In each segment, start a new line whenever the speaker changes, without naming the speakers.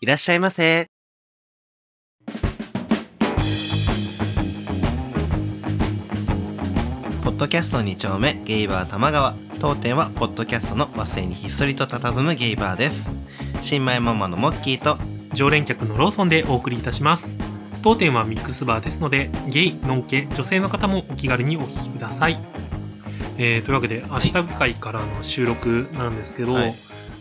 いらっしゃいませ。ポッドキャスト2丁目ゲイバー玉川当店はポッドキャストの和製にひっそりと佇むゲイバーです新米ママのモッキーと
常連客のローソンでお送りいたします当店はミックスバーですのでゲイノンケ女性の方もお気軽にお聞きください、えーというわけで明日会からの収録なんですけど、
はい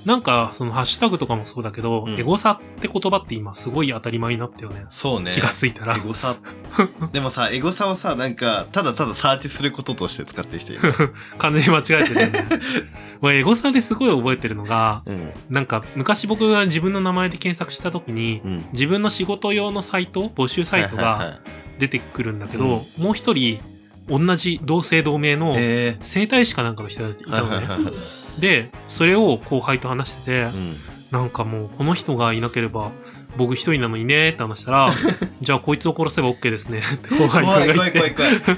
なんかそのハッシュタグとかもそうだけど、
うん
エゴサって言葉って今すごい当たり前になったよね
そうね
気がついたら
エゴ サでもさエゴサをさなんかただただサーチすることとして使ってる人いる、
完全に間違えてる よね俺エゴサですごい覚えてるのが
うん
なんか昔僕が自分の名前で検索した時に
うん、
自分の仕事用のサイト募集サイト
はいは
が
いはい
出てくるんだけど、もう一人同じ同姓同名の
え
生態師かなんかの人がい
ー、は
た
い
の
はいは
ね。
いはい
でそれを後輩と話してて、
うん
なんかもうこの人がいなければ僕一人なのにねって話した らじゃあこいつを殺せば OK ですねって後
怖
輩
い
が
怖
言っ
い怖
て
い 怖い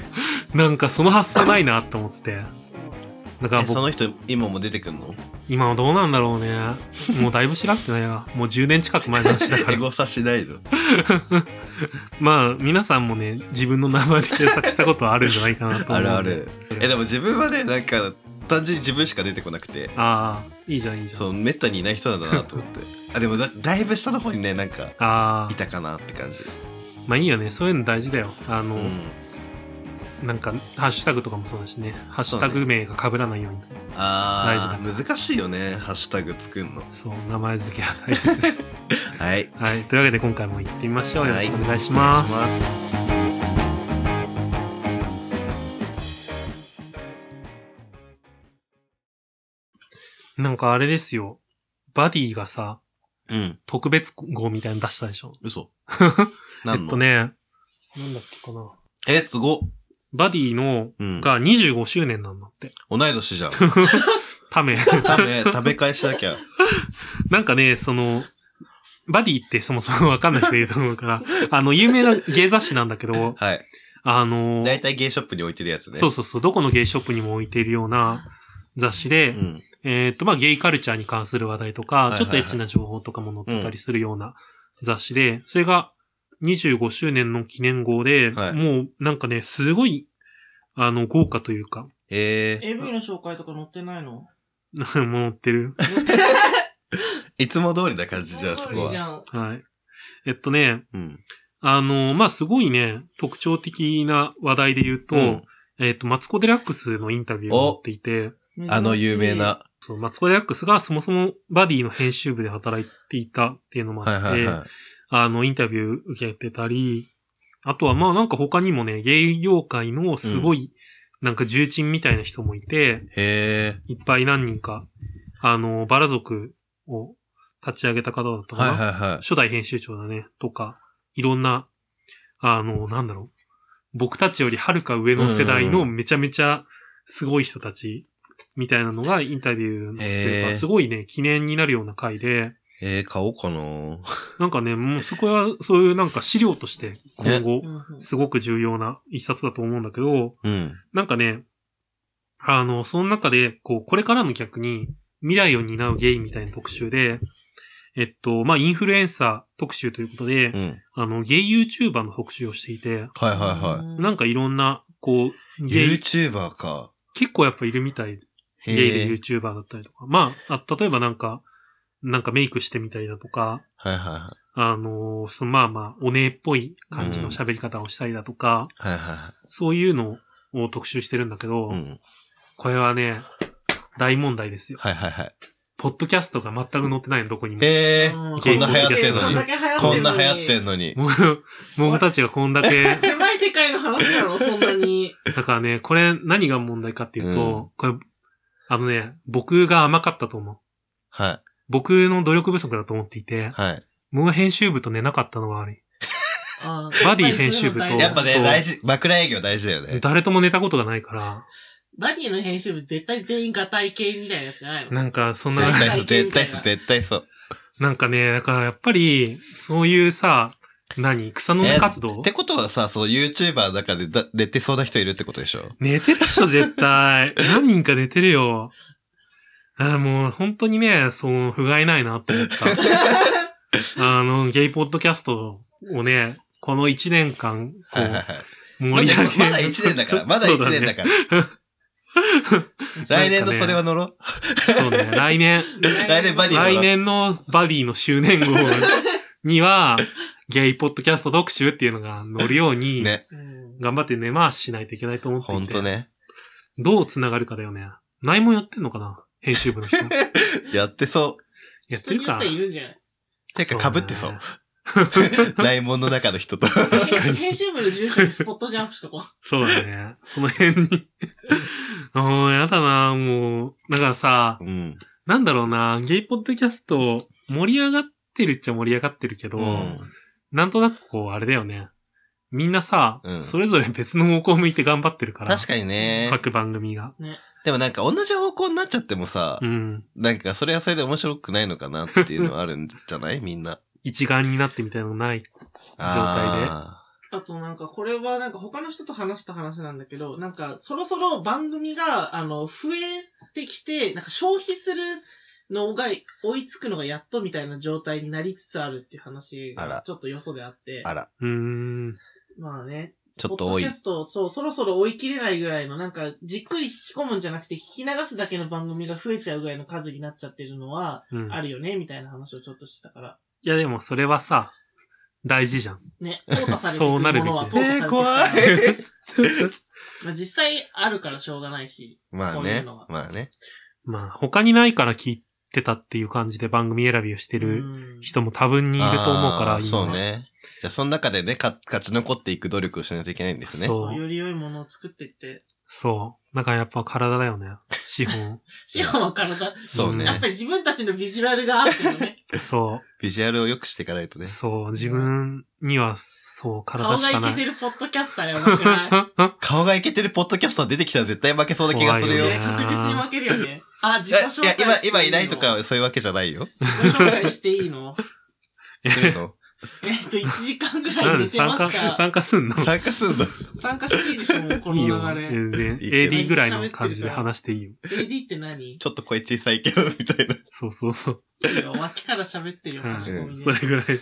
なんかその発想ないなと思ってだから
えそ
僕
の人今も出てく んの
今はどうなんだろうねもうだいぶ調べてないやもう10年近く前の話 だか
エ
ら
ゴサしないの
まあ皆さんもね自分の名前で検索したことはあるんじゃないかなと思う
あ
んで
るあるえでも自分はねなんか単純に自分しか出てこなくて
ああいいじゃんいいじゃん
そうめったにいない人なんだなと思 ってあでもだだいぶ下の方にねなんか
あ
い
あ
たかなって感じ、
まあいいよねそういうの大事だよあの、
うん、
なんかハッシュタグとかもそうだしねハッシュタ
そう
グ名が被らないように
あ
大
ー難しいよねハッシュタグ作るの
そう,、名前付けは大切です
はい
はいというわけで今回も行ってみましょうよろしくお願いし
お願
ま
い
す、
します
なんかあれですよバディがさ
うん
特別号みたいなの出したでしょ
嘘何の、
えっとねなんだっけかな
えすごっ、
バディの
うん、
が25周年なんだって
同い年じ ゃん
た め
食べ食べ返しなきゃ
なんかね、その、バディってそもそもわかんない人いると思うから、あの、有名な芸雑誌なんだけど、
はい
あの、
大体ゲイショップに置いてるやつね
そうそうそう、どこのゲイショップにも置いているような雑誌で、
うん、
えーっと、まあ、ゲイカルチャーに関する話題とか、
いはいはい
ちょっとエッチな情報とかも載ってたりするような雑誌で、それが25周年の記念号で、
はい
もうなんかね、すごい、あの、豪華というか、
え
AV の紹介とか載ってないの
もう載ってる。
ー、いつも通りな感じじゃんそこ
いいじ
は、
ゃん
はい。えっとね、
うん、
あの、まあ、すごいね、特徴的な話題で言うと、
うん
えっ、と、マツコ・デラックスのインタビューを持っていて、
あの有名。な
そうマツコ・デラックスがそもそもバディの編集部で働いていたっていうのも
は
あ
い
って、
はいはい
あの、インタビュー受けてたり、あとはまあなんか他にもね、ゲイ業界のすごい、なんか重鎮みたいな人もいて、
へえ
いっぱい何人か、あの、バラ族を立ち上げた方だったかな。
はいはいはい
初代編集長だね、とか、いろんな、あの、なんだろう、僕たちよりはるか上の世代
うん
の
うん
めちゃめちゃすごい人たち、みたいなのがインタビューのせい
へ
か、
ー
すごいね、記念になるような回で、
えー、買おうかな
なんかね、もうそこはそういうなんか資料として、今後
う、んうん
すごく重要な一冊だと思うんだけど、
うん。
なんかね、あの、その中で、こう、これからの逆に、未来を担うゲイみたいな特集で、えっと、まあ、インフルエンサー特集ということで、
うん。
あの、ゲイ YouTuber の特集をしてい
は
て、
いはいは
なんかいろんな、こう、
い。
ゲイ、
YouTuber か。
結構やっぱいるみたい。
へ
ゲ
ー
イで YouTuber だったりとか。まあ、あ例えばなんか、なんかメイクしてみたりだとか、
はいは
あのーそのまあまあ、お姉っぽい感じの喋り方をしたりだとか、
いはい。はいは
そういうのを特集してるんだけ
い
ど、
はい。うん。
これはね、大問題ですよ。
はいはいはい。
ポッドキャストが全く載ってないの、どこにも。
え
う
ー、
ん
こんな流行ってんの
こんだ
に。
け流行ってんの
こ
に
んな流行ってんのに。
もう、もうたちがこんだ け、
狭い世界の話だろ、そんなに。
だからね、これ何が問題かっていう
う
と、これ、あのね、僕が甘かったと思う。
は
僕の努力不足だと思ってい
い。
て、
は
僕が編集部と寝なかったのが悪い。
あ
バディ編集部と
やぱりそうい
い。やっぱね、
そ
うの大事
う
大事、枕営業大事だよね。
誰とも寝たことがないか
バディの編集部絶対全員が体系みたいなやつじゃない
ら、
の
なんかそんな、
絶対そう、絶対そう、絶対そう。
なんかね、だからやっぱり、そういうさ、何草の根活動
ってことはさ、その YouTuber の中でだ出てそうな人いるってことでしょ
寝てた人絶対。 何人か寝て るよ。あーもう本当にね、そう、不甲斐ないなって思った。あの、ゲイポッドキャストをね、この1年間、こ、。
はいはいはいう
盛
ま
り
だ
上げ
まだ1年だから。まだ1年だから。 来年のそれは乗ろう。
ら。そうね、来年、
来年バディ
来
乗ろう。
年のバディの周年号には、ゲイポッドキャスト特集っていうのが乗るように、
ね。
うん
頑張って根回ししないといけないと思っていて。
ほんとね。
どう繋がるかだよね。内もやってんのかな編集部 の人。
やってそ。
やっ
人
てる
によっ
か
て。はいるんじゃないう
てか被ってそう
ね。
内門の中の人と。
編集部の住所にスポットジャンプしとこ
そうだね。その辺に。 もう、やだな、もう。だからさ、
うん。
なんだろうな、ゲイポッドキャスト、盛り上がってるっちゃ盛り上がってるけど、
うん
なんとなくこう、あれだよね。みんなさ、
うん
それぞれ別の方向を向いて頑張ってるから。
確かにね。
各番組が。
でもなんか同じ方向になっちゃってもさ
う、ん。
なんかそれはそれで面白くないのかなっていうのはあるんじゃないみんな。
一丸になってみたいなのない。
あ
う。あとなんか、これはなんか他の人と話した話なんだけど、なんか、そろそろ番組が、あの、増えてきて、なんか消費するのが追いつくのがやっとみたいな状態になりつつあるっていう話
あら
が、ちょっとよそであって
ー。。あら、
うーん。
まあね、
ちょっと多
ポッドキ
い
ャ。ストを、そう、そろそろ追い切れないぐらいの、なんか、じっくり聞き込むんじゃなくて、聞き流すだけの番組が増えちゃうぐらいの数になっちゃってるのは、
うん、
あるよね、みたいな話をちょっとしてたから。
いや、でもそれはさ、大事じゃん。
ね、淘汰されてる
そう
も
なるべき
の は淘汰されて
えー、
るから
怖い。
まあ実際あるからしょうがないし。
まあ
そういう
ね
のは。
まあね。
まあ、他にないから聞いてたっていう感じで番組選びをして
う
る
ん
人も多分にいると思うから、
あー
今
そう。ね。じゃあその中でね、か勝ち残っていく努力をしないといけないんですね。
そう
より良いものを作っていって。
そう。だからやっぱ体だよね。資 本。
シオンは体、
そう
やっ
ね
ぱ。り自分たちのビジュアルがあっての ね、
そ
ビジュアルを良くしていかないと
う。
ね。
そう。自分には、そう、
顔
体
が
しか
イ
な
ケて
い。
るポッドキャスターやばくない
顔がイケてるポッドキャスター出てきたら絶対負けそうな気がする
い
よ。
や
い
怖
ね確実に負けるよね。あ、自己
や
紹介し
い
てい
や
い、の
今、今いないとか、そういうわけじゃないよ。
自己紹介していいの
するの
えっと、1時間ぐ
な
ら
いんで
寝てま
参加、
した。
参加すんの
参加するの
参加していいでしょ、もうこ
いいよ。
の流れ。
全然。
いいけど
AD ぐらいの感じで話していいよ。
AD って何い
ちょっと声小さいけど、みたいな。
そうそう そう。
いよ脇から喋ってるよ、
うん
差し込みね
それぐらい、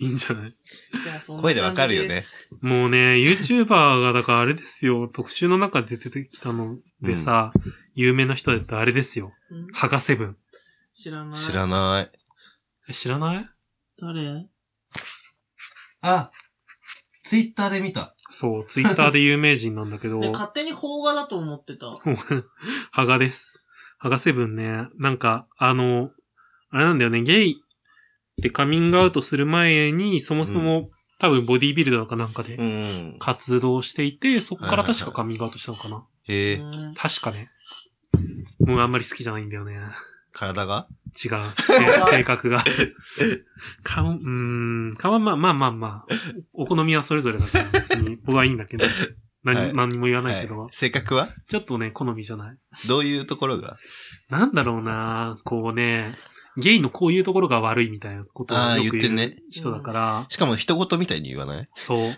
いいんじゃない
じゃあそんな感じす
声でわかるよね。
もうね、YouTuber が、だからあれですよ、特集の中で出てきたのでさ、有名な人だったらあれですよ。
うん
ハガセブン。
知らない。
知らない。
え知らない
誰
あ、ツイッターで見た。
そう、ツイッターで有名人なんだけど
で、、勝手に邦画だと思ってた。
ハガです。ハガセブンね、なんか、あの、あれなんだよね、ゲイってカミングアウトする前に、そもそも、多分ボディービルダーかなんか
う
で
ん。
活動していて、そこから確
はいはいは
か
い
カミングアウトしたのかな。
へ
う
え、
ん
確かね。もうあんまり好きじゃないんだよね。
体が
違う。 せ性格が。顔、うーん。顔はまあまあまあまあ。お好みはそれぞれだから別に僕はいいんだけど。何、
はい
何も言わないけど、
はい。性格は
ちょっとね、好みじゃない。
どういうところが
なんだろうなこうね、ゲイのこういうところが悪いみたいなことを
ああ、
よ
言
く
って
言
ん
う
ね。
人だから、
しかも人事みたいに言わない
そう。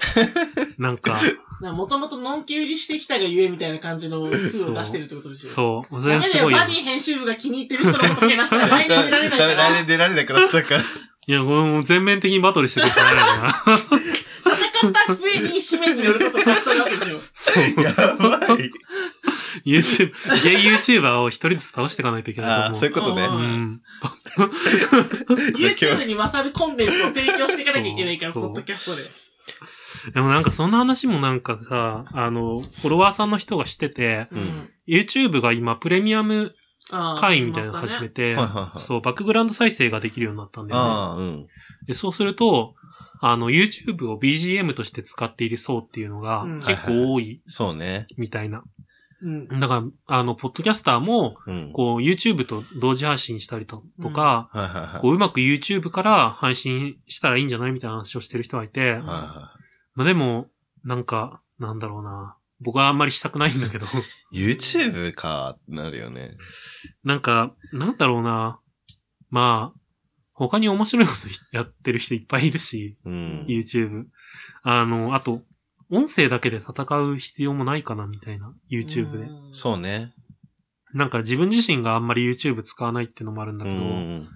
なんか、
もともとのんき売りしてきたがゆえみたいな感じの風を出してるってことでしょ。う。
そう。それ
ダ
は
メ
す
だよ、
ごいよ
バ
ね。
ディ編集部が気に入ってる人のことけなしたら来年出られないか
ダメ、来
ら。
年出られなくなっちゃうから。
いや、これもう全面的にバトルしてるから な。
戦った末に紙面に乗ることを勝ったわけで しょ。
そう。
やばい。
YouTube、ゲイ YouTuber を一人ずつ倒していかないといけな
あ
い
あ、
と
そうい
思
うことね
う。
う。うん。
じゃあ今日
YouTube に勝るコンテンツを提供していかなきゃいけないから、
そ
ポ
う
ッドキャストで。
でもなんかそんな話もなんかさ、あの、フォロワーさんの人がしてて、
うん
YouTube が今プレミアム
あー
会員みたいなの始めて、
はいはいはい。
そう、バックグラウンド再生ができるようになったんだよね。
ああ、うん。
で、そうすると、あの、YouTube を BGM として使っている層っていうのが
うん
結構多い
そうね。
みたいな。
うん。
だから、あの、ポッドキャスターも、
うん。
こう、YouTube と同時配信したりととか、
はいはいはい。
こう、うまく YouTube から配信したらいいんじゃないみたいな話をしてる人がいて、
はいは
まあでも、なんか、なんだろうな。僕はあんまりしたくないんだけど、
い YouTube か、なるよね。
なんか、なんだろうな。まあ、他に面白いことやってる人いっぱいいるし、
うん。
YouTube。あの、あと、音声だけで戦う必要もないかな、みたいな、YouTube で。
うん
そうね。
なんか自分自身があんまり YouTube 使わないっていうのもあるんだ
う
けど、
ん。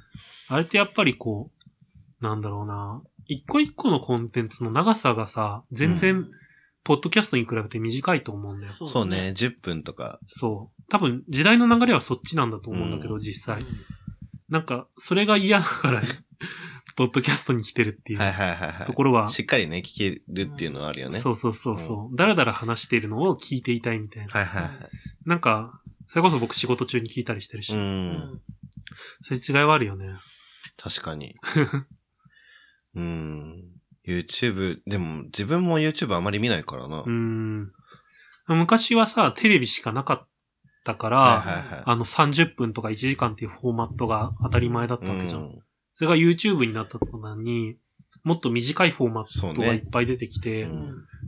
あれってやっぱりこう、なんだろうな、一個一個のコンテンツの長さがさ、全然、ポッドキャストに比べて短いと思うんだよ。
そ
そうね、10分とか。
そう。多分、時代の流れはそっちなんだと思うんだけど、
う
実
だね。
際。なんか、それが嫌だから、 ポッドキャストに来てるってい
はいは
う
いはい
と
は
ころは、
い。しっかりね、聞けるっていうのはあるよね。
そうそうそうそう、だらだら話しているのを聞いていたいみたいな。
はいはいはい。
なんか、それこそ僕仕事中に聞いたりしてるし、
う。
うんん。
そういう違いはあるよね。
確か に。うん。YouTube、でも自分も YouTube あまり見ないからな。
うーん。昔はさ、テレビしかなかったから、
はいはいは
あの30分とか1時間っていうフォーマットが当たり前だった
い。
わけじゃん。
うん
それが YouTube になった途端に、もっと短いフォーマ
そう
ットがい
ね
っぱい出てきて、
う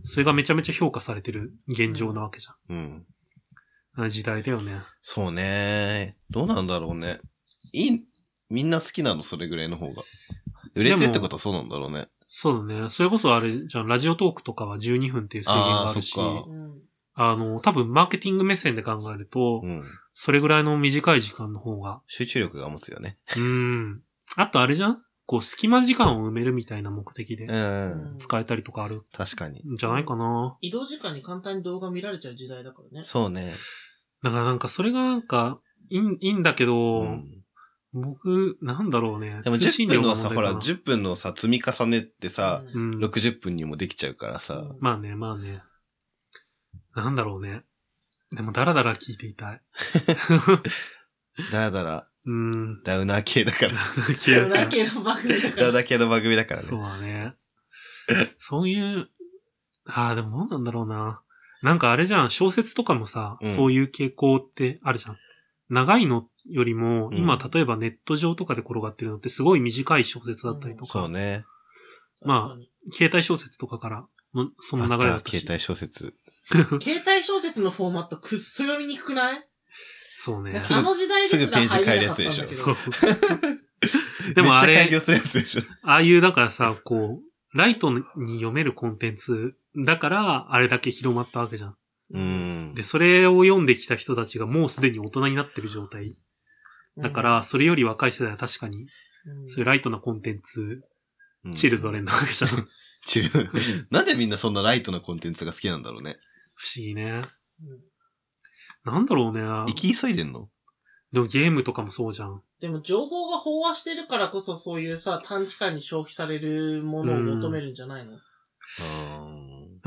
そ,、
ん
れがめちゃめちゃ評価されてる現状なわけじ
うん。
ゃん。時代だよね。
そうね。どうなんだろうね。いい、みんな好きなの、それぐらいの方が。売れてるってことはそうなんだろうね。
そうだね。それこそあれじゃん、ラジオトークとかは12分っていう制限があるし、
あーそっ
あ
か
うん
の、多分マーケティング目線で考えると、
うん。
それぐらいの短い時間の方が
集中力が持つよね。
うーん。あとあれじゃんこう、隙間時間を埋めるみたいな目的
う
で
ん。
使えたりとかある
確かに。
んじゃないかな。
移動時間に簡単に動画見られちゃう時代だからね。
そうね。
だからなんかそれがなんか、いいんいいんだけど、
うん
僕、なんだろうね。
でも
通信
10
量
分の
が
はさ、
問
ほ、
題からな
10分のさ、積み重ねってさ、
う
うんん。
60分にもできちゃうからさ、
うん
まあね、まあね。なんだろうね。でも、だらだら聞いてい たい。
だらだら、
うーん。
ダウナー系だから。
消え
そう
る
だけの番組だ
ダウ
から。
ナー系の番組だからね。
そうだね。そういう、ああ、でもどうなんだろうな。なんかあれじゃん、小説とかもさ、
うん
そういう傾向ってあるじゃん。長いのよりも、
うん
今例えばネット上とかで転がってるのってすごい短い小説だったりとか、
そうね。
ま携帯小説とかからの、その
あ
流
っ
れだったたし
携。帯小説。
携帯小説のフォーマットくっそ読みにくくない
そうね。
すぐ
あの時代ですら入れなかったんだけど
すぐページ変えるやつでしょ
そう。でもあ
めっちゃ開業
れ、
するやつでしょ。
ああいうだからさ、こう、ライトに読めるコンテンツだから、あれだけ広まったわけじゃん。
う。ん
で、。それを読んできた人たちがもうすでに大人になってる状態。だから、それより若い世代は確かに、
うん、
そういうライトなコンテンツ、
うん
チルドレンなわけ じゃん。不思
チル。なんでみんなそんなライトなコンテンツが好きなんだろうね。
議ね。
うん
なんだろうね。
生き急いでんの
でもゲームとかもそうじゃん。
でも情報が飽和してるからこそそういうさ、短期間に消費されるものを求めるんじゃないの、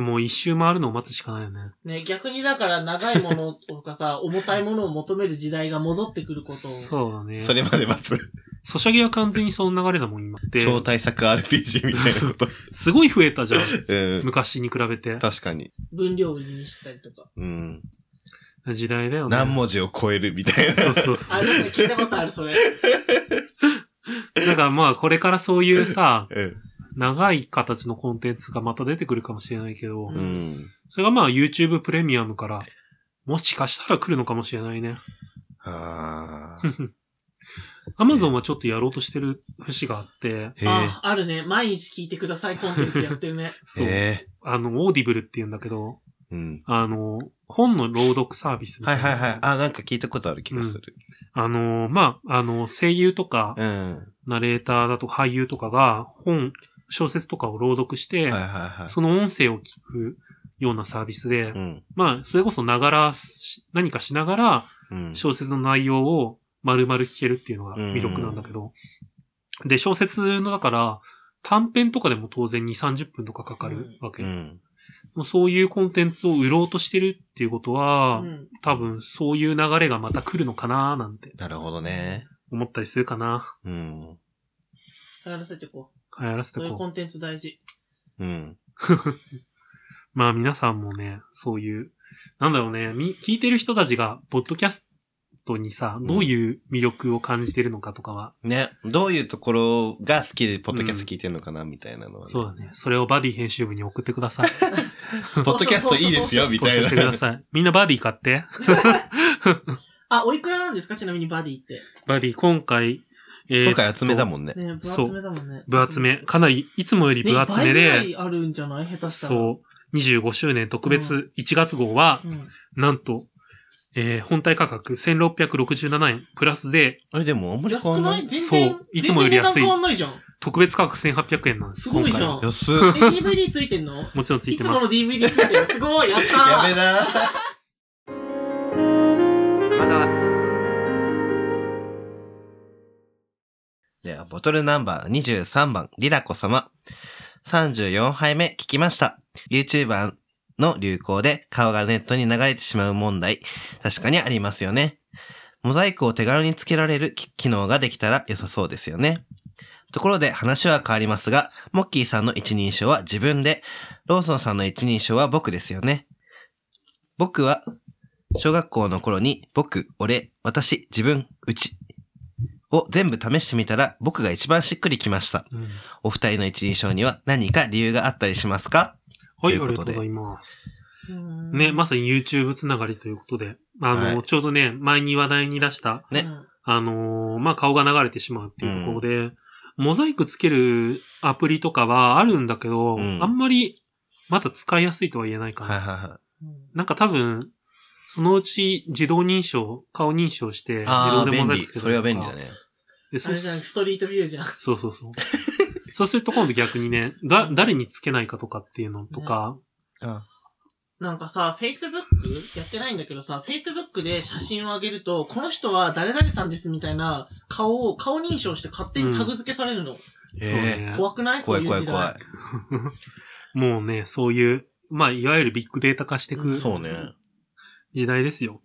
もう一周回るのを待つしかないよね。
ね、逆にだから長いものとか さ、重たいものを求める時代が戻ってくることを。
そうだね。
それまで待つ。
ソシャゲは完全にその流れだもん、今。で、
超対策 RPG みたいなこと。
すごい増えたじゃん。
うん。
昔に比べて。
確かに。
分量を売りにしたりとか。
うん。
時代だよね。
何文字を超えるみたいな。
そうそうそ
あ、
う。
なんか聞いたことある、それ。
だからまあ、これからそういうさ、
うん。
長い形のコンテンツがまた出てくるかもしれないけど、
うん
うん。
それがまあ YouTube プレミアムから、もしかしたら来るのかもしれないね。
あー
Amazon はちょっとやろうとしてる節があって、
へ
あ、あるね。毎日聞いてください、コンテンツやって るね。
え。
そう。
へえ。
あの、オーディブルって言うんだけど、
うん。
あの、本の朗読サービスみ
は
た
い
いな。
はいはい。あ、なんか聞いたことある気がする。
あの、まあ、あの、声優とか
う、ん。は
ナレーターだとか俳優とかが、本、小説とかを朗読して、
いはいはい。
その音声を聞くようなサービスで、
うん。
まあ、それこそながらし、何かしながら、
うん。
小説の内容を丸々聞けるっていうのが魅力なんだけど。で、小説のだから、短編とかでも当然2、30分とかかかるわけ。
うん。
もうそういうコンテンツを売ろうとしてるっていうこと
う
は、
ん。
多分そういう流れがまた来るのかなーなんて
なるほどね。
思ったりするかな。
うん。
流行らせてこう。
流行らせて
そういうコ
こう。
ンテンツ大事。
うん。
まあ皆さんもね、そういう、なんだろうね、み聞いてる人たちが、ポッドキャストにさ、どういう魅力を感じてるのかとかは、
ね、どういうところが好きで、ポッドキャスト聞いてんのかな、みたいなのは、ね。
そうだね。それをバディ編集部に送ってください。
ポッドキャストいいですよ、み
募
たい
集してくだ
な。
さい。みんなバディ買って。
あ、おいくらなんですかちなみにバディって。
バディ、今回、えー
今回集めたもんね。
ね、分厚めだもんね。
分厚め。かなり、いつもより分厚め
ね
で、
倍ぐらいあるんじゃない下手したら。
そう、25周年特
う
別1月号は、
うん。
なんと、えー本体価格1667円、プラス税。
あれでもあんまり
安
変わ
く
ん
な
ないい。
全然。
そういつもより安い
全然値段変わんないじゃん。
特別価格1800円なんです。
すごいじゃ
今回は
ん
安っ。
え、DVD ついてんの
もちろんつい
い
て
つ
ま
もの
す。
DVD ついてる。すごい、やったー。
やめな。まだ。では、ボトルナンバー23番、リラコ様。34杯目聞きました。YouTuber の流行で顔がネットに流れてしまう問題、確かにありますよね。モザイクを手軽につけられる機機能ができたら良さそうですよね。ところで話は変わりますが、モッキーさんの一人称は自分で、ローソンさんの一人称は僕ですよね。僕は、小学校の頃に、僕、俺、私、自分、うち、を全部試してみたら、僕が一番しっくりきました。
うん
お二人の一人称には何か理由があったりしますか
はい、あ
というこ
りが
とと
う
で
ございます。
うん
ね、まさに YouTube つながりということで、あの、
はい
ちょうどね、前に話題に出した、
ね
うん
あのーまあ、顔が流れてしまうっていうところで、モザイクつけるアプリとかはあるんだけど、
うん
あんまり、まだ使いやすいとは言えないかな。
はいはいは
なんか多分、そのうち自動認証、顔認証して、
い。
自
あ
動
あ、
でモ
便
ザイ
利。
クつけ
それは便利だ
ね。
ね。
で
あ
そう
れじゃん、ストリートビューじゃん。
そうそうそう。そうすると今度逆にね、だ、誰につけないかとかっていうのとか、
あ
なんかさ、Facebook? やってないんだけどさ、Facebook で写真を上げると、この人は誰々さんですみたいな顔を、顔認証して勝手にタグ付けされるの。
へ
そう
え。
ね
怖くない
怖い怖い怖い。
い。
もうね、そういう、まあ、いわゆるビッグデータ化していうく
ん
そうね。
時代ですよ。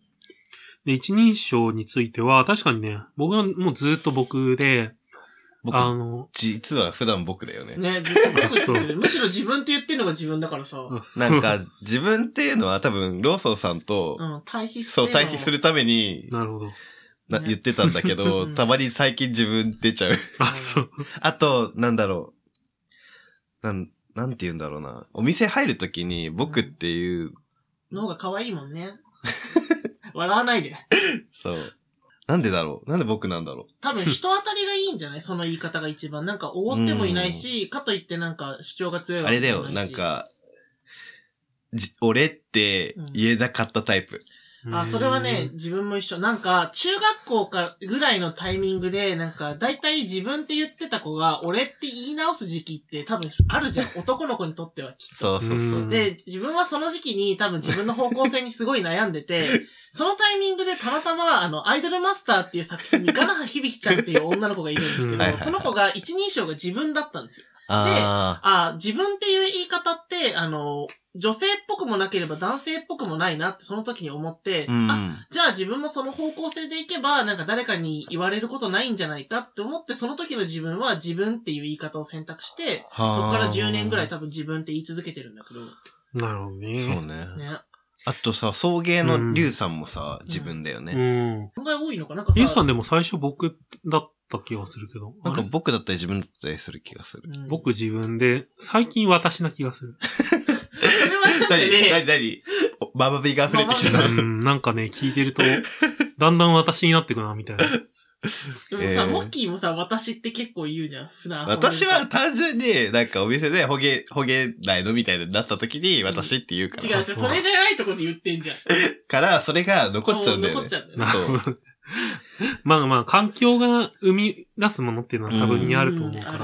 で、一人称については、確かにね、僕はもうずっと僕で、
僕、
あの、
実は普段僕だよね。
ね、ずっと僕
そう
言ってるむしろ自分って言ってるのが自分だからさ。う
なん か、、自分っていうのは多分、ローソンさんと、
ん、対比して。
そう、対比す。るために、
なるほど。
な
ね
言ってたんだけど、
うん
たまに最近自分出ちゃう。
あ、そう。
あと、なんだろう。なん、なんて言うんだろうな。お店入るときに、僕っていう、
の方が可愛いもんね。 笑わないで。
そう。なんでだろうなんで僕なんだろ。
多分人当たりがいいんじゃないその言い方が一番。なんか、覆ってもいないし、かといってなんか主張が強いうわ
あ
け
れだ
でも
よ、
いし
なん。か、じ俺って言えなかったタイプ。
あ、それはね、自分も一緒。なんか、中学校かぐらいのタイミングで、なんか、だいたい自分って言ってた子が、俺って言い直す時期って多分あるじゃん。男の子にとってはきっと。
そうそうそう。
うん
で、自分はその時期に多分自分の方向性にすごい悩んで て、そのタイミングでたまたま、あの、アイドルマスターっていう作品にガナハヒビキちゃんっていう女の子がいるんですけ
うん
ど
はいはい、はい
その子が一人称が自分だったんですよ。
あ
あ、自分っていう言い方って、あの、女性っぽくもなければ男性っぽくもないなってその時に思って、
あ。うん。
あ、じゃあ自分もその方向性でいけば、なんか誰かに言われることないんじゃないかって思って、その時の自分は自分っていう言い方を選択して、そ
は
こ
あ
から10年ぐらい多分自分って言い続けてるんだけど。
なるほどね。
そうね。
ね。
あとさ、送迎のリュウさんもさ、自分だよね。
ね。
案外多いのかなんか
うん。インスタ
さ、
ンでも最初僕だった気がするけど。
なん
あ
か
れ
僕だったり自分だったりする気がする。
うん、
僕自分で、最近私な気が する。
それはなんか
何
ね、
何何おママビが溢れてき
う
た。
ママ
ん、なんかね、聞いてると、だんだん私になってくな、みたいな。
でもさ、
えー
モッキーもさ、私って結構言うじゃん、普段遊んでると。
私は単純になんかお店でほげ、ほげないのみたいになった時に私って言うから。
違う違う、それじゃないとこで言ってんじゃん。
から、それが残っちゃうんだよ
残
ね
っち。ゃうんだよね
なそう
まあまあ、環境が生み出すものっていうのは多分にあると思うか
うん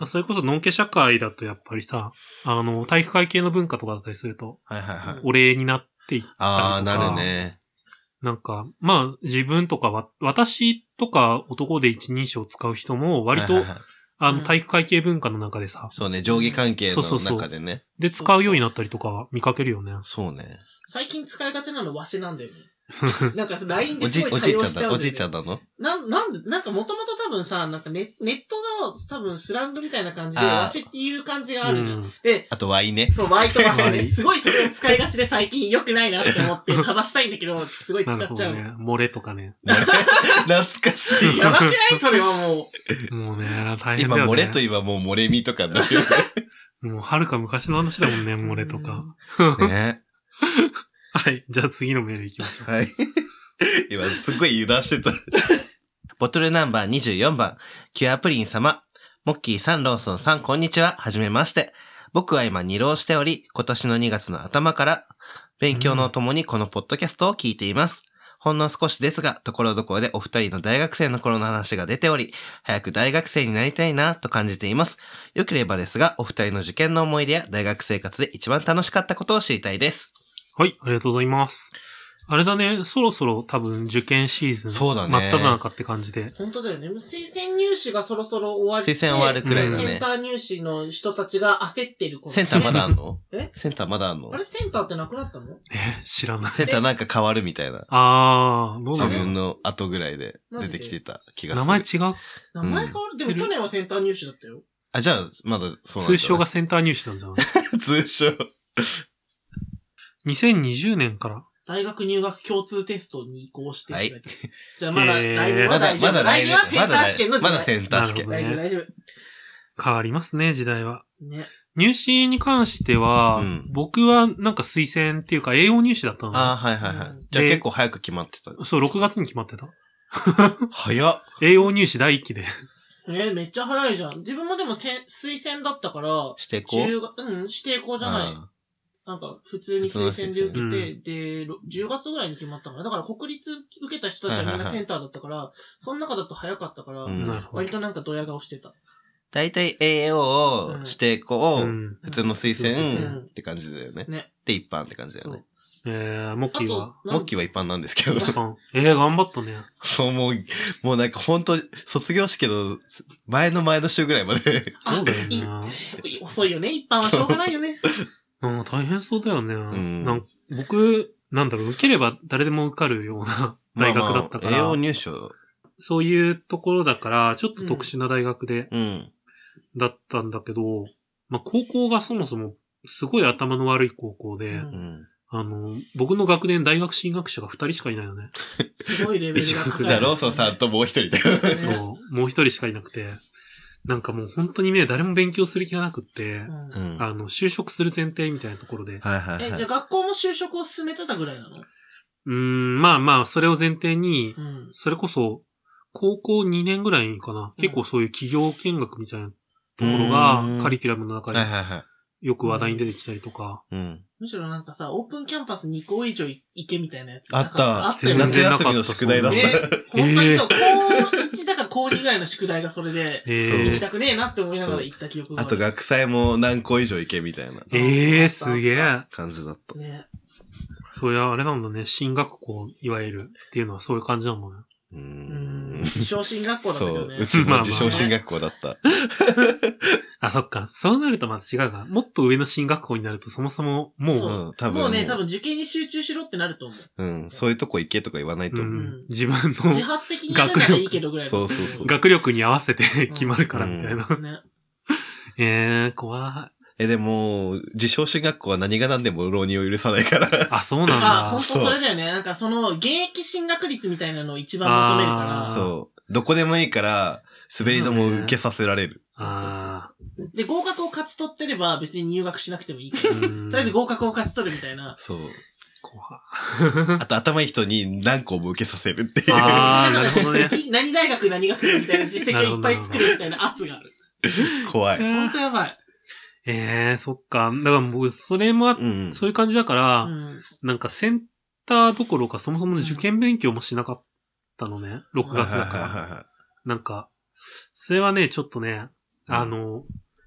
ら、それこそ、のんけ社会だとやっぱりさ、あの、体育会系の文化とかだったりすると、
はいはいはい。
お礼になってい
ああ、なるね。
なんか、まあ、自分とかわ、私とか男で一人称を使う人も、割
はい
と
はい、はい
あ
う
の、
ん
体育会系文化の中でさ、
そうね、上下関係
そうそう
の
そう
中でね。
で、使うようになったりとかは見かけるよね。
そうね。
最近使いがちなのわしなんだよね。なんかさ、LINE
お
で
じ、
すご
お
い
じい
対
ち
応
ゃん
しちゃ
だ、
う
お
ん
じ
だ
いちゃんだ
よね。
の
なん、なんで、なんかもともと多分さ、なんかネネットの多分スラングみたいな感じで、
あー
わしっていう感じ があるじゃん。
うん
で、
あと、ワイ ね。
そう、ワイとわし
ワ
ね、
イ
すごいそれを使いがちで最近良くないなって思って正したいんだけど、すごい使
なるほ
っちゃ
ど
うの。
ね。漏れとかね。
懐かしい。
やばくないそれはもう。
もうね、大変
今、
だよね。
漏れと今もう漏れみとかになってるね
もう、はるか昔の話だもんね、漏れとか。
ね。
はい。じゃあ次のメールいきましょう。
はい。 今、すっごい油断 してた。ボトルナンバー24番、キュアプリン様。モッキーさん、ローソンさん、こんにちは。はじめまして。僕は今二浪しており、今年の2月の頭から、勉強のともにこのポッドキャストを聞いています。ほんの少しですが、ところどころでお二人の大学生の頃の話が出ており、早く大学生になりたいなと感じています。よければですが、お二人の受験の思い出や大学生活で一番楽しかったことを知りたいです。
はい、ありがとうございます。あれだね、そろそろ多分受験シーズン。
そうだね
真っ只中って感じで。
本当だよね。もう推薦入試がそろそろ終わりで
推薦終わるく
らいだね
センター入試の人たちが焦ってる頃
センターまだあんの
え
センターまだあんの
あれ、センターってなくなったの
え、知らない。
センターなんか変わるみたいな。
あー、どうな
自
の
分の後ぐらいで出てきてた気がする。
名前違う
名前変わる、でも去年はセンター入試だったよ。
あ、じゃあ、まだそうなんだね
通称が。センター入試なんじゃない
通称。
?2020 年から。
大学入学共通テストに移行していただいて。じゃあまだ
えー
来年
ま
は
だ、
大丈
ま
夫。
だ
来
来年
年はセンター試験
ま
の時
だ
代。
まだセンター試験。
なる
大
ほどね
丈夫、大丈夫。
変わりますね、時代は。
ね。
入試に関しては、
うん
僕はなんか推薦っていうか、栄養入試だったのね。
ああ、はいはいはい。じゃあ
で
結構早く決まってた。
そう、6月に決まってた。
早っ。
栄養入試第一期で。
えーめっちゃ早いじゃん。自分もでもせん推薦だったから、
してこう。
中学、うん、指定校じゃない。
あ
なんか、普通に推薦で受けて、
うん
で、ろ10月ぐらいに決まったから、だから国立受けた人たちはみんなセンターだったから、その中だと早かったから、
うん
なるほ
割
ど。
となんかドヤ顔してた。
大体 AO を
うん
してこ
う
う。
ん。
普通の推
う
薦
ん
って感じだよね。
ね。
で、一般って感じだよね。
えー、モッ
あ
キー
と
は。、
モッキーは一般なんですけど。
うんえー、頑張ったね。
そう、もう、もうなんか本当卒業式の前の前の週ぐらいまで。
そうだ
い
よね。
い遅いよね。一般はしょうがないよ ね。
うん、大変そうだよね。
ん
なん僕、なんだろう、受ければ誰でも受かるような 大学だったから、
まあまあ AO 入賞。
そういうところだから、ちょっと特殊な大学で、
うん。
だったんだけど、まあ、高校がそもそも、すごい頭の悪い高校で、
うん
うん。
あの、僕の学年大学進学者が二人しかいないのね。
すごいレベルが高い。
じゃあ、ローソンさんともう一人だよ。
ね
そう、もう一人しかいなくて、なんかもう本当にね、誰も勉強する気がなくって
う、ん。
うん。は
あの、就職する前提みたいなところで、
いはい
え、
は
じゃあ
い。
学校も就職を進めてたぐらいなの
うーん、まあまあ、それを前提に、
うん。
それこそ、高校2年ぐらいかな、結構そういう企業見学みたいなところ
うん
が、カリキュラムの中
はい
で
はいはい。
よく話題に出てきたりとか、
うん。
むしろなんかさ、オープンキャンパス2校以上行けみたいなやつ。
あっ
なんか
た
あ。ったよ
全
ね
夏
然。
休みの宿題だっ
ね
た。、
本当にそう、
え
高1だか高2ぐらいの宿題がそれで、
え
行き
ー
たくねえなって思いながら行った記憶が
あと学祭も何個以上行けみたいな
そう
えー、すげえ。
感じだった。
ね。
そういや、あれなんだね。進学校、いわゆる。っていうのはそういう感じなのね。
うー
うん
ん。。
昇進学校だった
そ
けど
う
ね。。
うち
まあま
も
あ
自称進学校だった。
あ、そっか。そうなるとまた違うが。もっと上の進学校になるとそもそももう、
そう
うん、多分。
もうね、多分受験に集中しろってなると思う。
うん、そういうとこ行けとか言わないと
う
思う。
ん、自分
自
の
発的にやるならいいけどぐらいの。
そうそうそう
学力に合わせて決まるからみたいな。
ね。
えー、怖い。
え、でも、自称進学校は何が何でも浪人を許さないから。
あ、そうなん
あ、本
だ。
当それだよね。なんかその、現役進学率みたいなのを一番求める
あー
か
そう。どこでもいいから、滑り止めを受けさせられる。
あ
ら。で、合格を勝ち取ってれば別に入学しなくてもいいから。
ー
と
うん
りあえず合格を勝ち取るみたいな。
そう。
怖い。
あと、頭いい人に何校も受けさせるっていう。
あーなるほどね
実績何大学何学部みたいな実績をいっぱい作るみたいな圧がある。
怖い。
本当やばい。
えー、そっか。だから僕、それもあっ
うん。
そういう感じだか
う
ら、
ん。
なんかセンターどころかそもそも受験勉強もしなかったのね。6
はいは
月
いは
だか
い
ら。
は
なんか、それはね、ちょっとね、
うん
あの、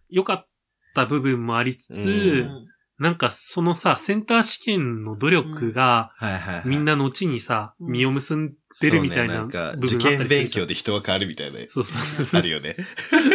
良かった部分もありつつ、
うん
なんかそのさ、センター試験の努力が、
い。はいはいはい。
みんなのうちにさ、
うん
実を結んでるみたいな
そうね
部分があ
な
っ
ん
た
か、
りす
受
るじゃ
験
ん。
勉強で人は変わるみたいなやつ。
そうそうそ
あ
う
る。よね。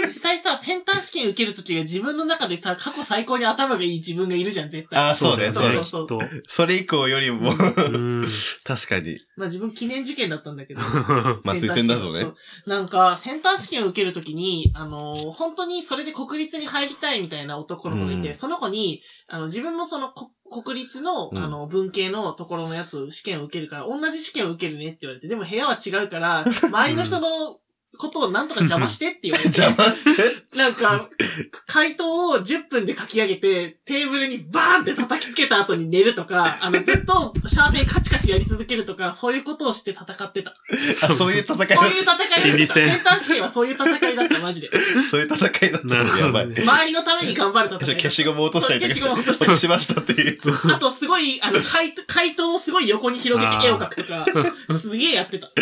実際さ、センター試験受けるときは自分の中でさ、過去最高に頭がいい自分がいるじゃん、絶対。
あーそうね
だ
そう
よ
ね
ね、きっと。
それ以降よりも、
うん。
確かに。
まあ自分記念受験だったんだ けど。
まあ推薦だぞね
そう。なんか、センター試験を受けるときに、あのー本当にそれで国立に入りたいみたいな男の子がいて、
うん
その子に、あの、自分もそのこ国立の、
うん
あの、文系のとこ ろのやつを試験を受けるから、同じ試験を受けるねって言われて、でも部屋は違うから、周りの人の、ことをなんとか邪魔してって言われて。
邪魔して
なんか、回答を10分で書き上げて、テーブルにバーンって叩きつけた後に寝るとか、あの、ずっとシャーベイカチカチやり続けるとか、そういうことをして戦 ってた。
あ、そういう戦いだ
そういう戦いだった。
心理戦
センター試験はそういう戦いだった、マジで。
そういう戦いだった
なる
の
ほ
やば
ど
い。
ね。
周りのために頑張る戦いだった。
消しゴム落としたり
消しゴ
と
ム落と
か、
したり
落しましたっていう。
あと、すごい、あの、回答、回答をすごい横に広げて絵を描くとか、すげえやってた。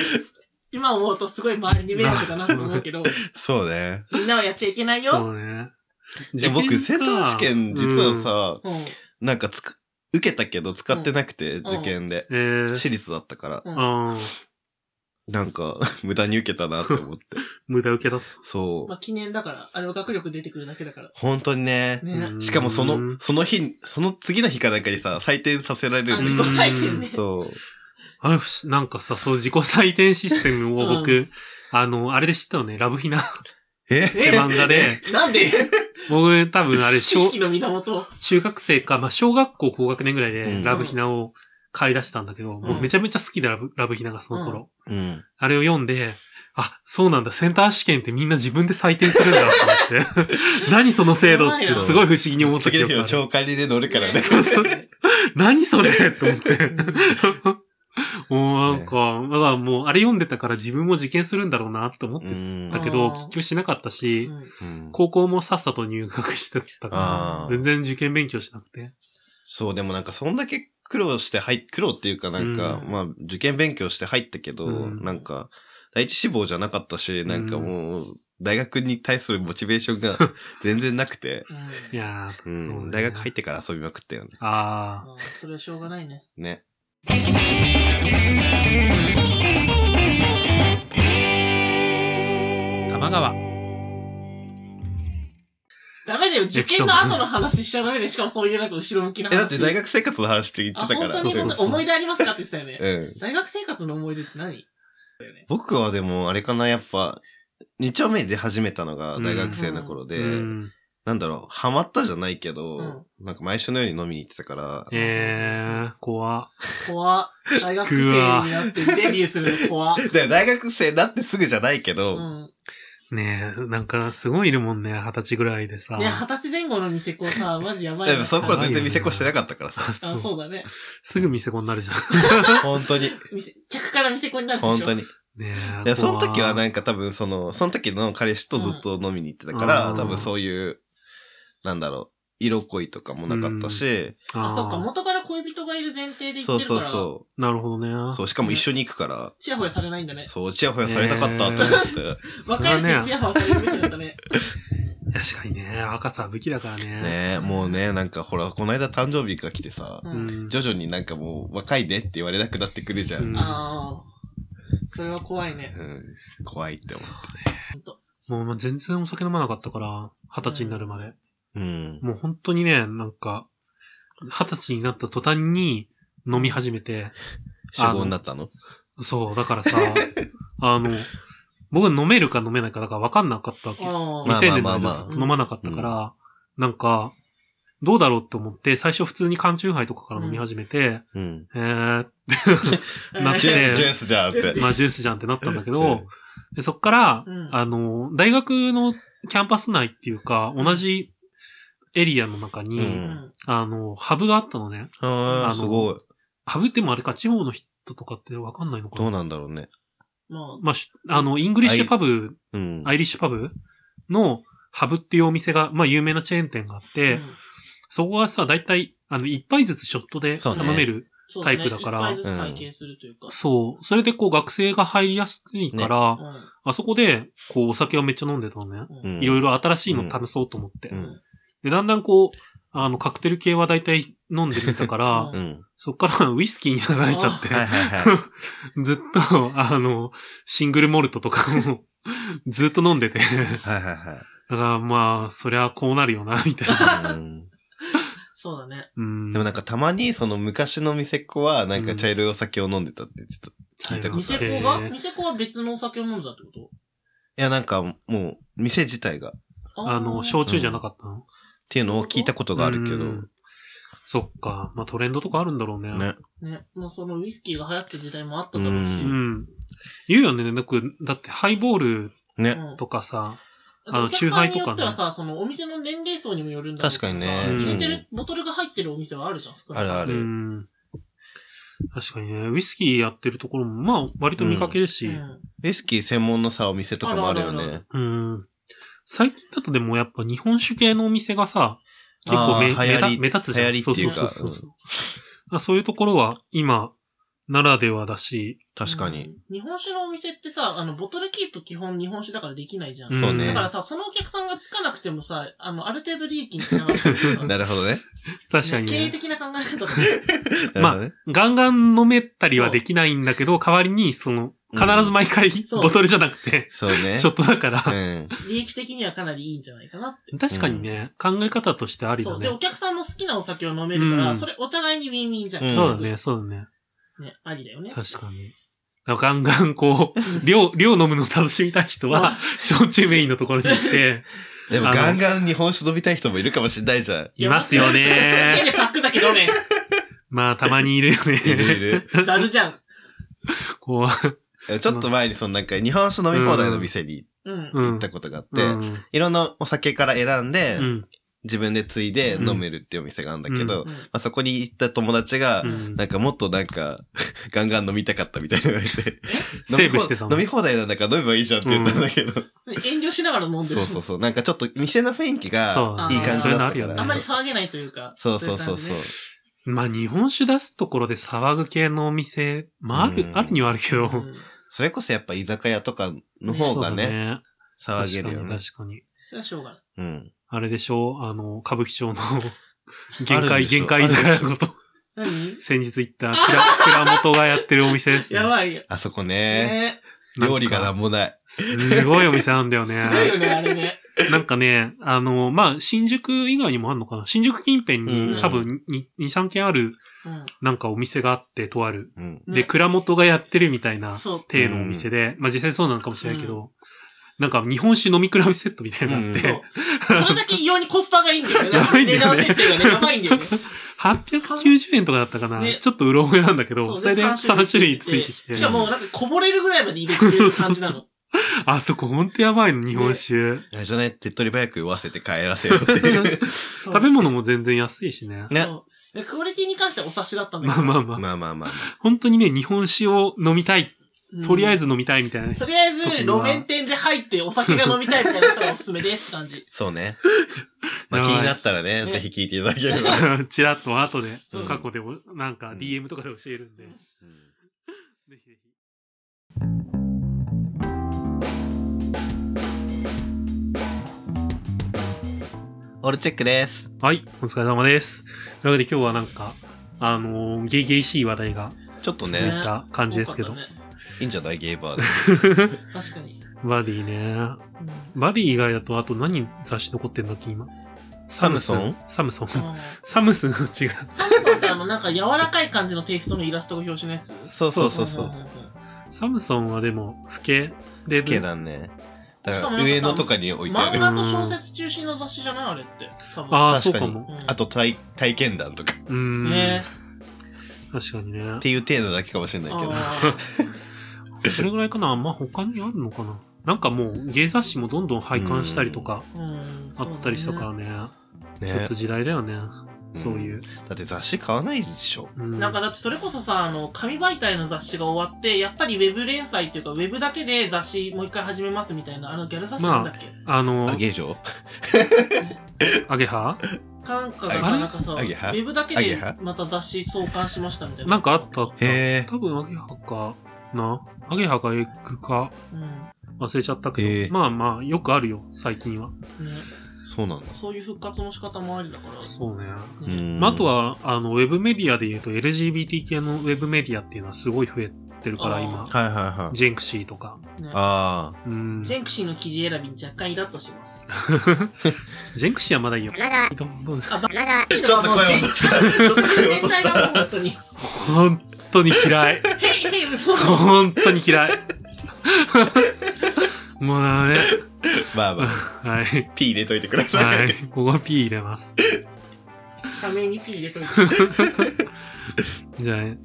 今思うとすごい周りに迷惑だなと思うけ ど、
そうね。
みんなはやっちゃいけない
そ
よ。
うね。
いや僕、センター試験、実はさ、
うん。
なんかつく、受けたけど使ってなくて、受験で。
うん、えー
私立だったから、
うん
あー
なんか、無駄に受けたなって思って。
無駄受けだっ
そ
ま
う。
あ、記念だから、あれは学力出てくるだけだから。
本当にね。
た。
ね
う。ん
しかもその、その日、その次の日かなんかにさ、採点させられ
あ
る
自
ん
己
だよ。
採点ね。
そう。
あれ不思、なんかさ、そう、自己採点システムを僕、あの、あれで知ったのね、ラブヒナっ
え
て漫画で、
なんで
僕多分あ れ、
知
小
識の源。
中学生か、まあ、小学校高学年ぐらいで
うん
ラブヒナを買い出したんだけど、
う
僕
ん
めちゃめちゃ好きでラブ、ラブヒナがその頃。
うん。
あれを読んで、あ、そうなんだ、センター試験ってみんな自分で採点するんだと思 って。何その制度ってすごい不思議に思った
次
記
の
憶
日
があ
の
る
超管理で乗る からね。
そうそう何それ って思って
ん。
もうなんか、だからもうあれ読んでたから自分も受験するんだろうなって思っ
う
て
ん
たけど、
うん
結局しなかった
う
し、
ん
うん
高校もさっさと入学してた
あ
から、
ー
全然受験勉強しなくて。
そう、でもなんかそんだけ苦労して入っ、苦労っていうかなんか、
うん
まあ受験勉強して入ったけど、
うん
なんか、第一志望じゃなかったし、なんかもう、大学に対するモチベーション が全然なくて、
いやー、
う
そうだ
ん、
ね
大学入ってから遊びまくったよね。
あ
まあそれはしょうがないね。
ね。
ー、玉川。
ダメだよ、受験の後の話しちゃダメで、しかもそういうなんか後ろ向きな
え、
話。
だって大学生活の話って言っ
あ、
てたか
本
ら。
当に
そう
本
そう
当に思い出ありますかって言ってたよね。
うん。
大学生活の思い出って何
僕はでも、あれかな、やっぱ、二丁目で始めたのが大学生の頃で、
うん。
なんだろう、ハマったじゃないけど、
うん
なんか毎週のように飲みに行ってたから、
えー、怖
怖っ大学生になってデビューするの怖っ
だから大学生だってすぐじゃないけ
う
ど、
ん。
ねえ、なんか、すごいいるもんね、二十歳ぐらいでさ。
ね、二十歳前後の店子さ、マジやばい
で
よ。
もそこは全然店越してなかったからさ。
あ、
そう
そうだね。
すぐ店子になるじゃん。
本当に。
店客から店子になるでしょ
本当に。
ねえ。
いや、その時は
ね、
なんか多分その、その時の彼氏とずっと飲みに行ってたから、
うん
多分そういう、なんだろう、色恋とかもなかったし、
あ、そっか、
も。
元から恋人がいる前提で行
そ
っ
う
てる
そ
か
う
ら。
そ
なるほど
う。
ね。
そう、しかも一緒に行くから、
チヤホヤされないんだね。
そう、ちやほやされたかったって思って。
若いうちにチヤホヤされるべきだっ たね。
確かにね、若さは武器だからね。
ねえ、もうね、なんかほら、この間誕生日が来てさ
う、
うんん。
徐々になんかもう、若いねって言われなくなってくるじゃん。
う
うんん、
ああ、それは怖いね。
怖いって思
もうまあ全然お酒飲まなかったから、二十歳になるまで。
う。うん。
もう本当にね、なんか、二十歳になった途端に飲み始めて、
主語になったの
そう、だ からさ、あの、僕飲めるか飲めないかだから分かんなかったわけ。
あ
まあ
あ、
未成年
ま
の
あまあまあ
間ずっと飲まなかったから、なんか、どうだろうって思って、最初普通に缶チューハイとかから飲み始めて、
うん。
えー、
えー
ジュ
ね
ース、ジュースじゃんって。
まあジュースじゃんってなったんだけ
う
ど
ん、
でそっから、
うん
あの、大学のキャンパス内っていうか、同じエリアの中に、
うん
うん
あの、ハブがあったのね。
あ
あ
あ、
の
すごい。
ハブってもあれか、地方の人とかってわかんないのか
ど
な
うなんだろうね。
ま
まあ、しあの、イングリッシュパブ、
うん。
アイリッシュパブのハブっていうお店が、まあ、有名なチェーン店があっ
あ
て、そこはさ、だいたい、あの、一杯ずつショットで
そう
頼
ね
める。
そうね
タイプだから
一杯ずつ会計するというか。
そう,、それでこう、学生が入りやすいから、
う
あそこで、こう、お酒をめっちゃ飲んでたのね。
ん。
う
うん
ん
いろいろ新しいの試そうと思って。
うん
で、だんだんこう、あの、カクテル系はだいたい飲んでみたから、
うん
うん。
そっからウイスキーに流れちゃって、
はいはいはい。
ずっと、あの、シングルモルトとかも、 ずっと飲んでて、だ か
はいは
らまあ、そりゃこうなるよな、み たい
い
な。
はい。うん
そうだね。
うん。
でもなんかたまにその昔の店っ子はなんか茶色いお酒を飲んでたって言ってた。い聞いたこと
店
ある。い
へ
子
ー
が店子は別のお酒を飲んでたってこ
やなんかもう店自体がっ
と
あの、焼酎じゃなかったの、
ていうのを聞いたことがあるけ
う
ど
ん。そっか。まあトレンドとかあるんだろうね。
ね。
ね。まあそのウイスキーが流行った時代もあった
う。
だろう
う
し。
んん。言うよね、なんか、だってハイボール
う
ね。
ん
とかさ、
あ
あの
の、チューハイ
チューハイとかね
とかによってはさ、そのお店の年齢層にもよるんだけどさ
確かにね
うん
入れてる、ボトルが入ってるお店はあるじゃん、少な
あ
くと
る
も
ある。
うん。確かにね、ウイスキーやってるところも、まあ、割と見かけるし、
うん
ウイスキー専門のさ、お店とかもあるよ
あるあるあ
ね。
うん。最近だとでもやっぱ日本酒系のお店がさ、結構
あー
目
流
目
行
立
り
目立つじゃん。
流行りっていうか
そうそうそうそう、あそういうところは今ならではだし、
確かに。
うん日本酒のお店ってさ、あの、ボトルキープ基本日本酒だからできないじゃん。
そうね
だから
ん、
さ、そのお客さんがつかなくてもさ、あの、ある程度利益につながるから さ。
なるほどね。
確かに
経営
ね。
的な考え方と か
まあ
なる
ガンガン飲めたりはできないんだけど、代わりに、その、必ず毎回、
そう
ボトルじゃなくて、
ほどね、そうね。
ショットだから、
うん。
利益的にはかなりいいんじゃないかなって。
確かにね、考え方としてあり
そ
だ
う。で、
ね
お。客さんも好きなお酒を飲めるから、
うん
それお互いにウィンウィンじゃん。
うん
そうだね、そうだね。
ね、ありだよね。
確かに。だからガンガンこ
うん
う、量、量飲むの楽しみたい人は、焼酎メインのところに行って、
でも
あの
ガンガン日本酒飲みたい人もいるかもしれないじゃん。
いますよ
家
ね。
でパックだけどね、
まあ、たまにいるよね。
いるいる。
ざるじゃん。
こ
ちょっと前にそのなんか日本酒飲み放題の店に
うん
う。。う
行
ん
った。ことがあって、
うん。
いろんなお酒から選んで、
うん。
自分で継いで飲めるっていうお店があるんだけど、
う
ま
ん
あ、そこに行った友達が、
うん
なんかもっとなんか、 ガンガン飲みたかったみたいな言われて。
セーブしてたの
飲み放題なんだから飲めばいいじゃんって言ったんだけど。
遠慮しながら飲んでる。
そうそうそう。なんかちょっと店の雰囲気が、
そう
あ
だ
ー
ね。
いい感じだっ
そうい
たから
うのあるよね。
あんまり騒げないというか。
そうそうそうそう
い感じね。
まあ日本酒出すところで騒ぐ系のお店、まあある
う、ん
あるにはあるけど。
うん
それこそやっぱ居酒屋とかの方がね、
そうだね
騒げるよね。
確かに確かに。
それはしょうがない。
うん。
あれでしょうあの、歌舞伎 町の
あ
限
るん
界、
でしょ
限界居酒屋のこと、
何
先日行った蔵、蔵元がやってるお店 ですね。
やばいよ。
あそこね、
ね
なんか
料理がなんもない。
すごいお店なんだよ
すごい
ね。
よね、あれね。
なんかね、あの、まあ、新宿以外にもあるのかな新宿近辺
うん
に多分2、3軒ある
うん
なんかお店があって、とある。
うん。
で、蔵元がやってるみたいな。
そう。
程度のお店で、まあ実際そうなのかもしれないけど、なんか日本酒飲み比べセットみたいなのあっ
う
て、
そう。それだけ異様にコスパがいいんだよね。
やば いんだ
値
よ
段
ね
設定がね、やばいんだよね。
890円とかだったかな、
ね
ちょっとうろ覚えなんだけ
そ
ど、
う
それで3種類ついてきて
し、かも、なんかこぼれるぐらいまで入れてくれる感じなの。
あそこほんとやばいの、日本酒。
あれじゃない、手っ取り早く酔わせて帰らせようっていう。
食
食べ物も全然安いしね。
ね。
ね。クオリティに関してはお察しだったんだ
ま
け
あ
ど。
まあまあ。
まあまあまあまあ。
本当にね、日本酒を飲みたい。
うん
とりあえ。ず飲みたいみたいな。
とりあえず、路面店で入ってお酒が飲みたいみたいな人がおすすめですって感じ。
そうね。まあ
や
気
ばい
になったらね、
ね
ぜひ聞いていただければ。
チラッと後で
そう、
過去でお、なんか
うん
DM とかで教えるんで。ぜひぜひ。
オールチェックです。
はい、お疲れ様です。というわけで今日はなんか、あのー、ゲゲイしい話題が
ちょっと
続い
ね、
た感じですけど。
多かっ
いいんじゃないゲーバーで。
たね確かに。
バディね。
うん
バディ以外だと、あと何雑誌残ってんだっけ、今。
サムソン
サムソン。
あの
サムスンの違う。
サムソンってあの、なんか柔らかい感じのテイストのイラストが表紙のやつ
そうそうそうそう。
んんん
サムソンはでも、老け。で、
好きだね。だ
し
か
かも
ら
なんかさ
上野とかに置いてあ
漫
る。
画と小説中心の雑誌じゃないあれって。多分。
ああ、そ
確か
う
に
かも。
うん
あ、と体体験談とか。っ
うーん。
ね
確かにね
て。いう程度だけかもしれないけど。
あ
それぐらいかな。まあ、他にあるのかな。なんかもう、芸雑誌もどんどん廃刊したりとか、
ーうん
あったりしたから
そう
ね。ちょっ
ね
と。時代だよね。そういう。
だって雑誌買わないでしょ。
う
だ
ん
ねなんかだってそれこそさ、あの、紙媒体の雑誌が終わって、やっぱりウェブ連載っていうか、ウェブだけで雑誌もう一回始めますみたいな、あのギャル雑誌なんだっけ、
あの
あ、げ嬢
アゲハ
なんかが
あ
さ、
れ
なんかさ、ウ
アゲハ
ェブだけ
アゲ
で
ハ
また雑誌創刊しましたみたいな。
なんかあったっ
へえ。
多分アゲハかな。アゲハかエッグか
うん。
忘れちゃった
へ
け
え
ど、まあまあ、よくあるよ、最近は。
ね。
そうなんだ。
そういう復活の仕方もありだから。
そうね。
う
ね
ん
まあ、あと、は、あの、ウェブメディアで言うと、LGBT 系のウェブメディアっていうのはすごい増えてるから、
あー
今。
はいはいはい。
ジェンクシーとか。
ね
あ
うん。
ジ
ジ
ェンクシーの記事選びに若干イラッとします。
ェンクシーはまだいいよ。どんどん
あ、ば
あ。ちょっと声落とした。 ちょっと声落
全
とし
体がもう
た。
本当 に。へ
本当に嫌い。
いへい、もう。
本当に 嫌い。もうダメ。
まあま あ、
はい。
P 入れといてくださ。
はいい。 ここは P 入れます。
画面に P 入れといて。
じゃあ、ね、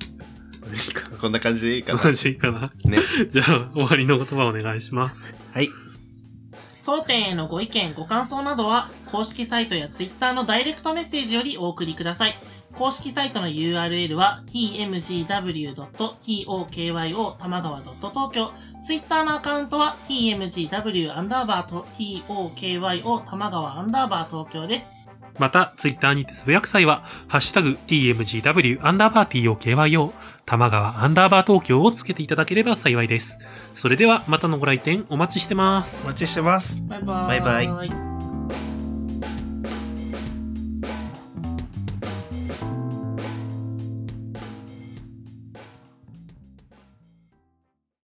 こんな感じでいいかな。
同じかな。
ね。
じゃあ、終わりの言葉お願いします。
はい。
当店へのご意見、ご感想などは、公式サイトや Twitter のダイレクトメッセージよりお送りください。公式サイトの URL は、tmgw.tokyo 玉川 .tokyo。Twitter のアカウントは、tmgw アンダーバーと tokyo 玉川アンダーバー東京です。
また、ツイッターにてつぶやく際は、ハッシュタグ tmgw アンダーバー tokyo 玉川アンダーバー東京をつけていただければ幸いです。それでは、またのご来店お待ちしてます
お。待ちしてます。
バイバーイ。
バイ
イ。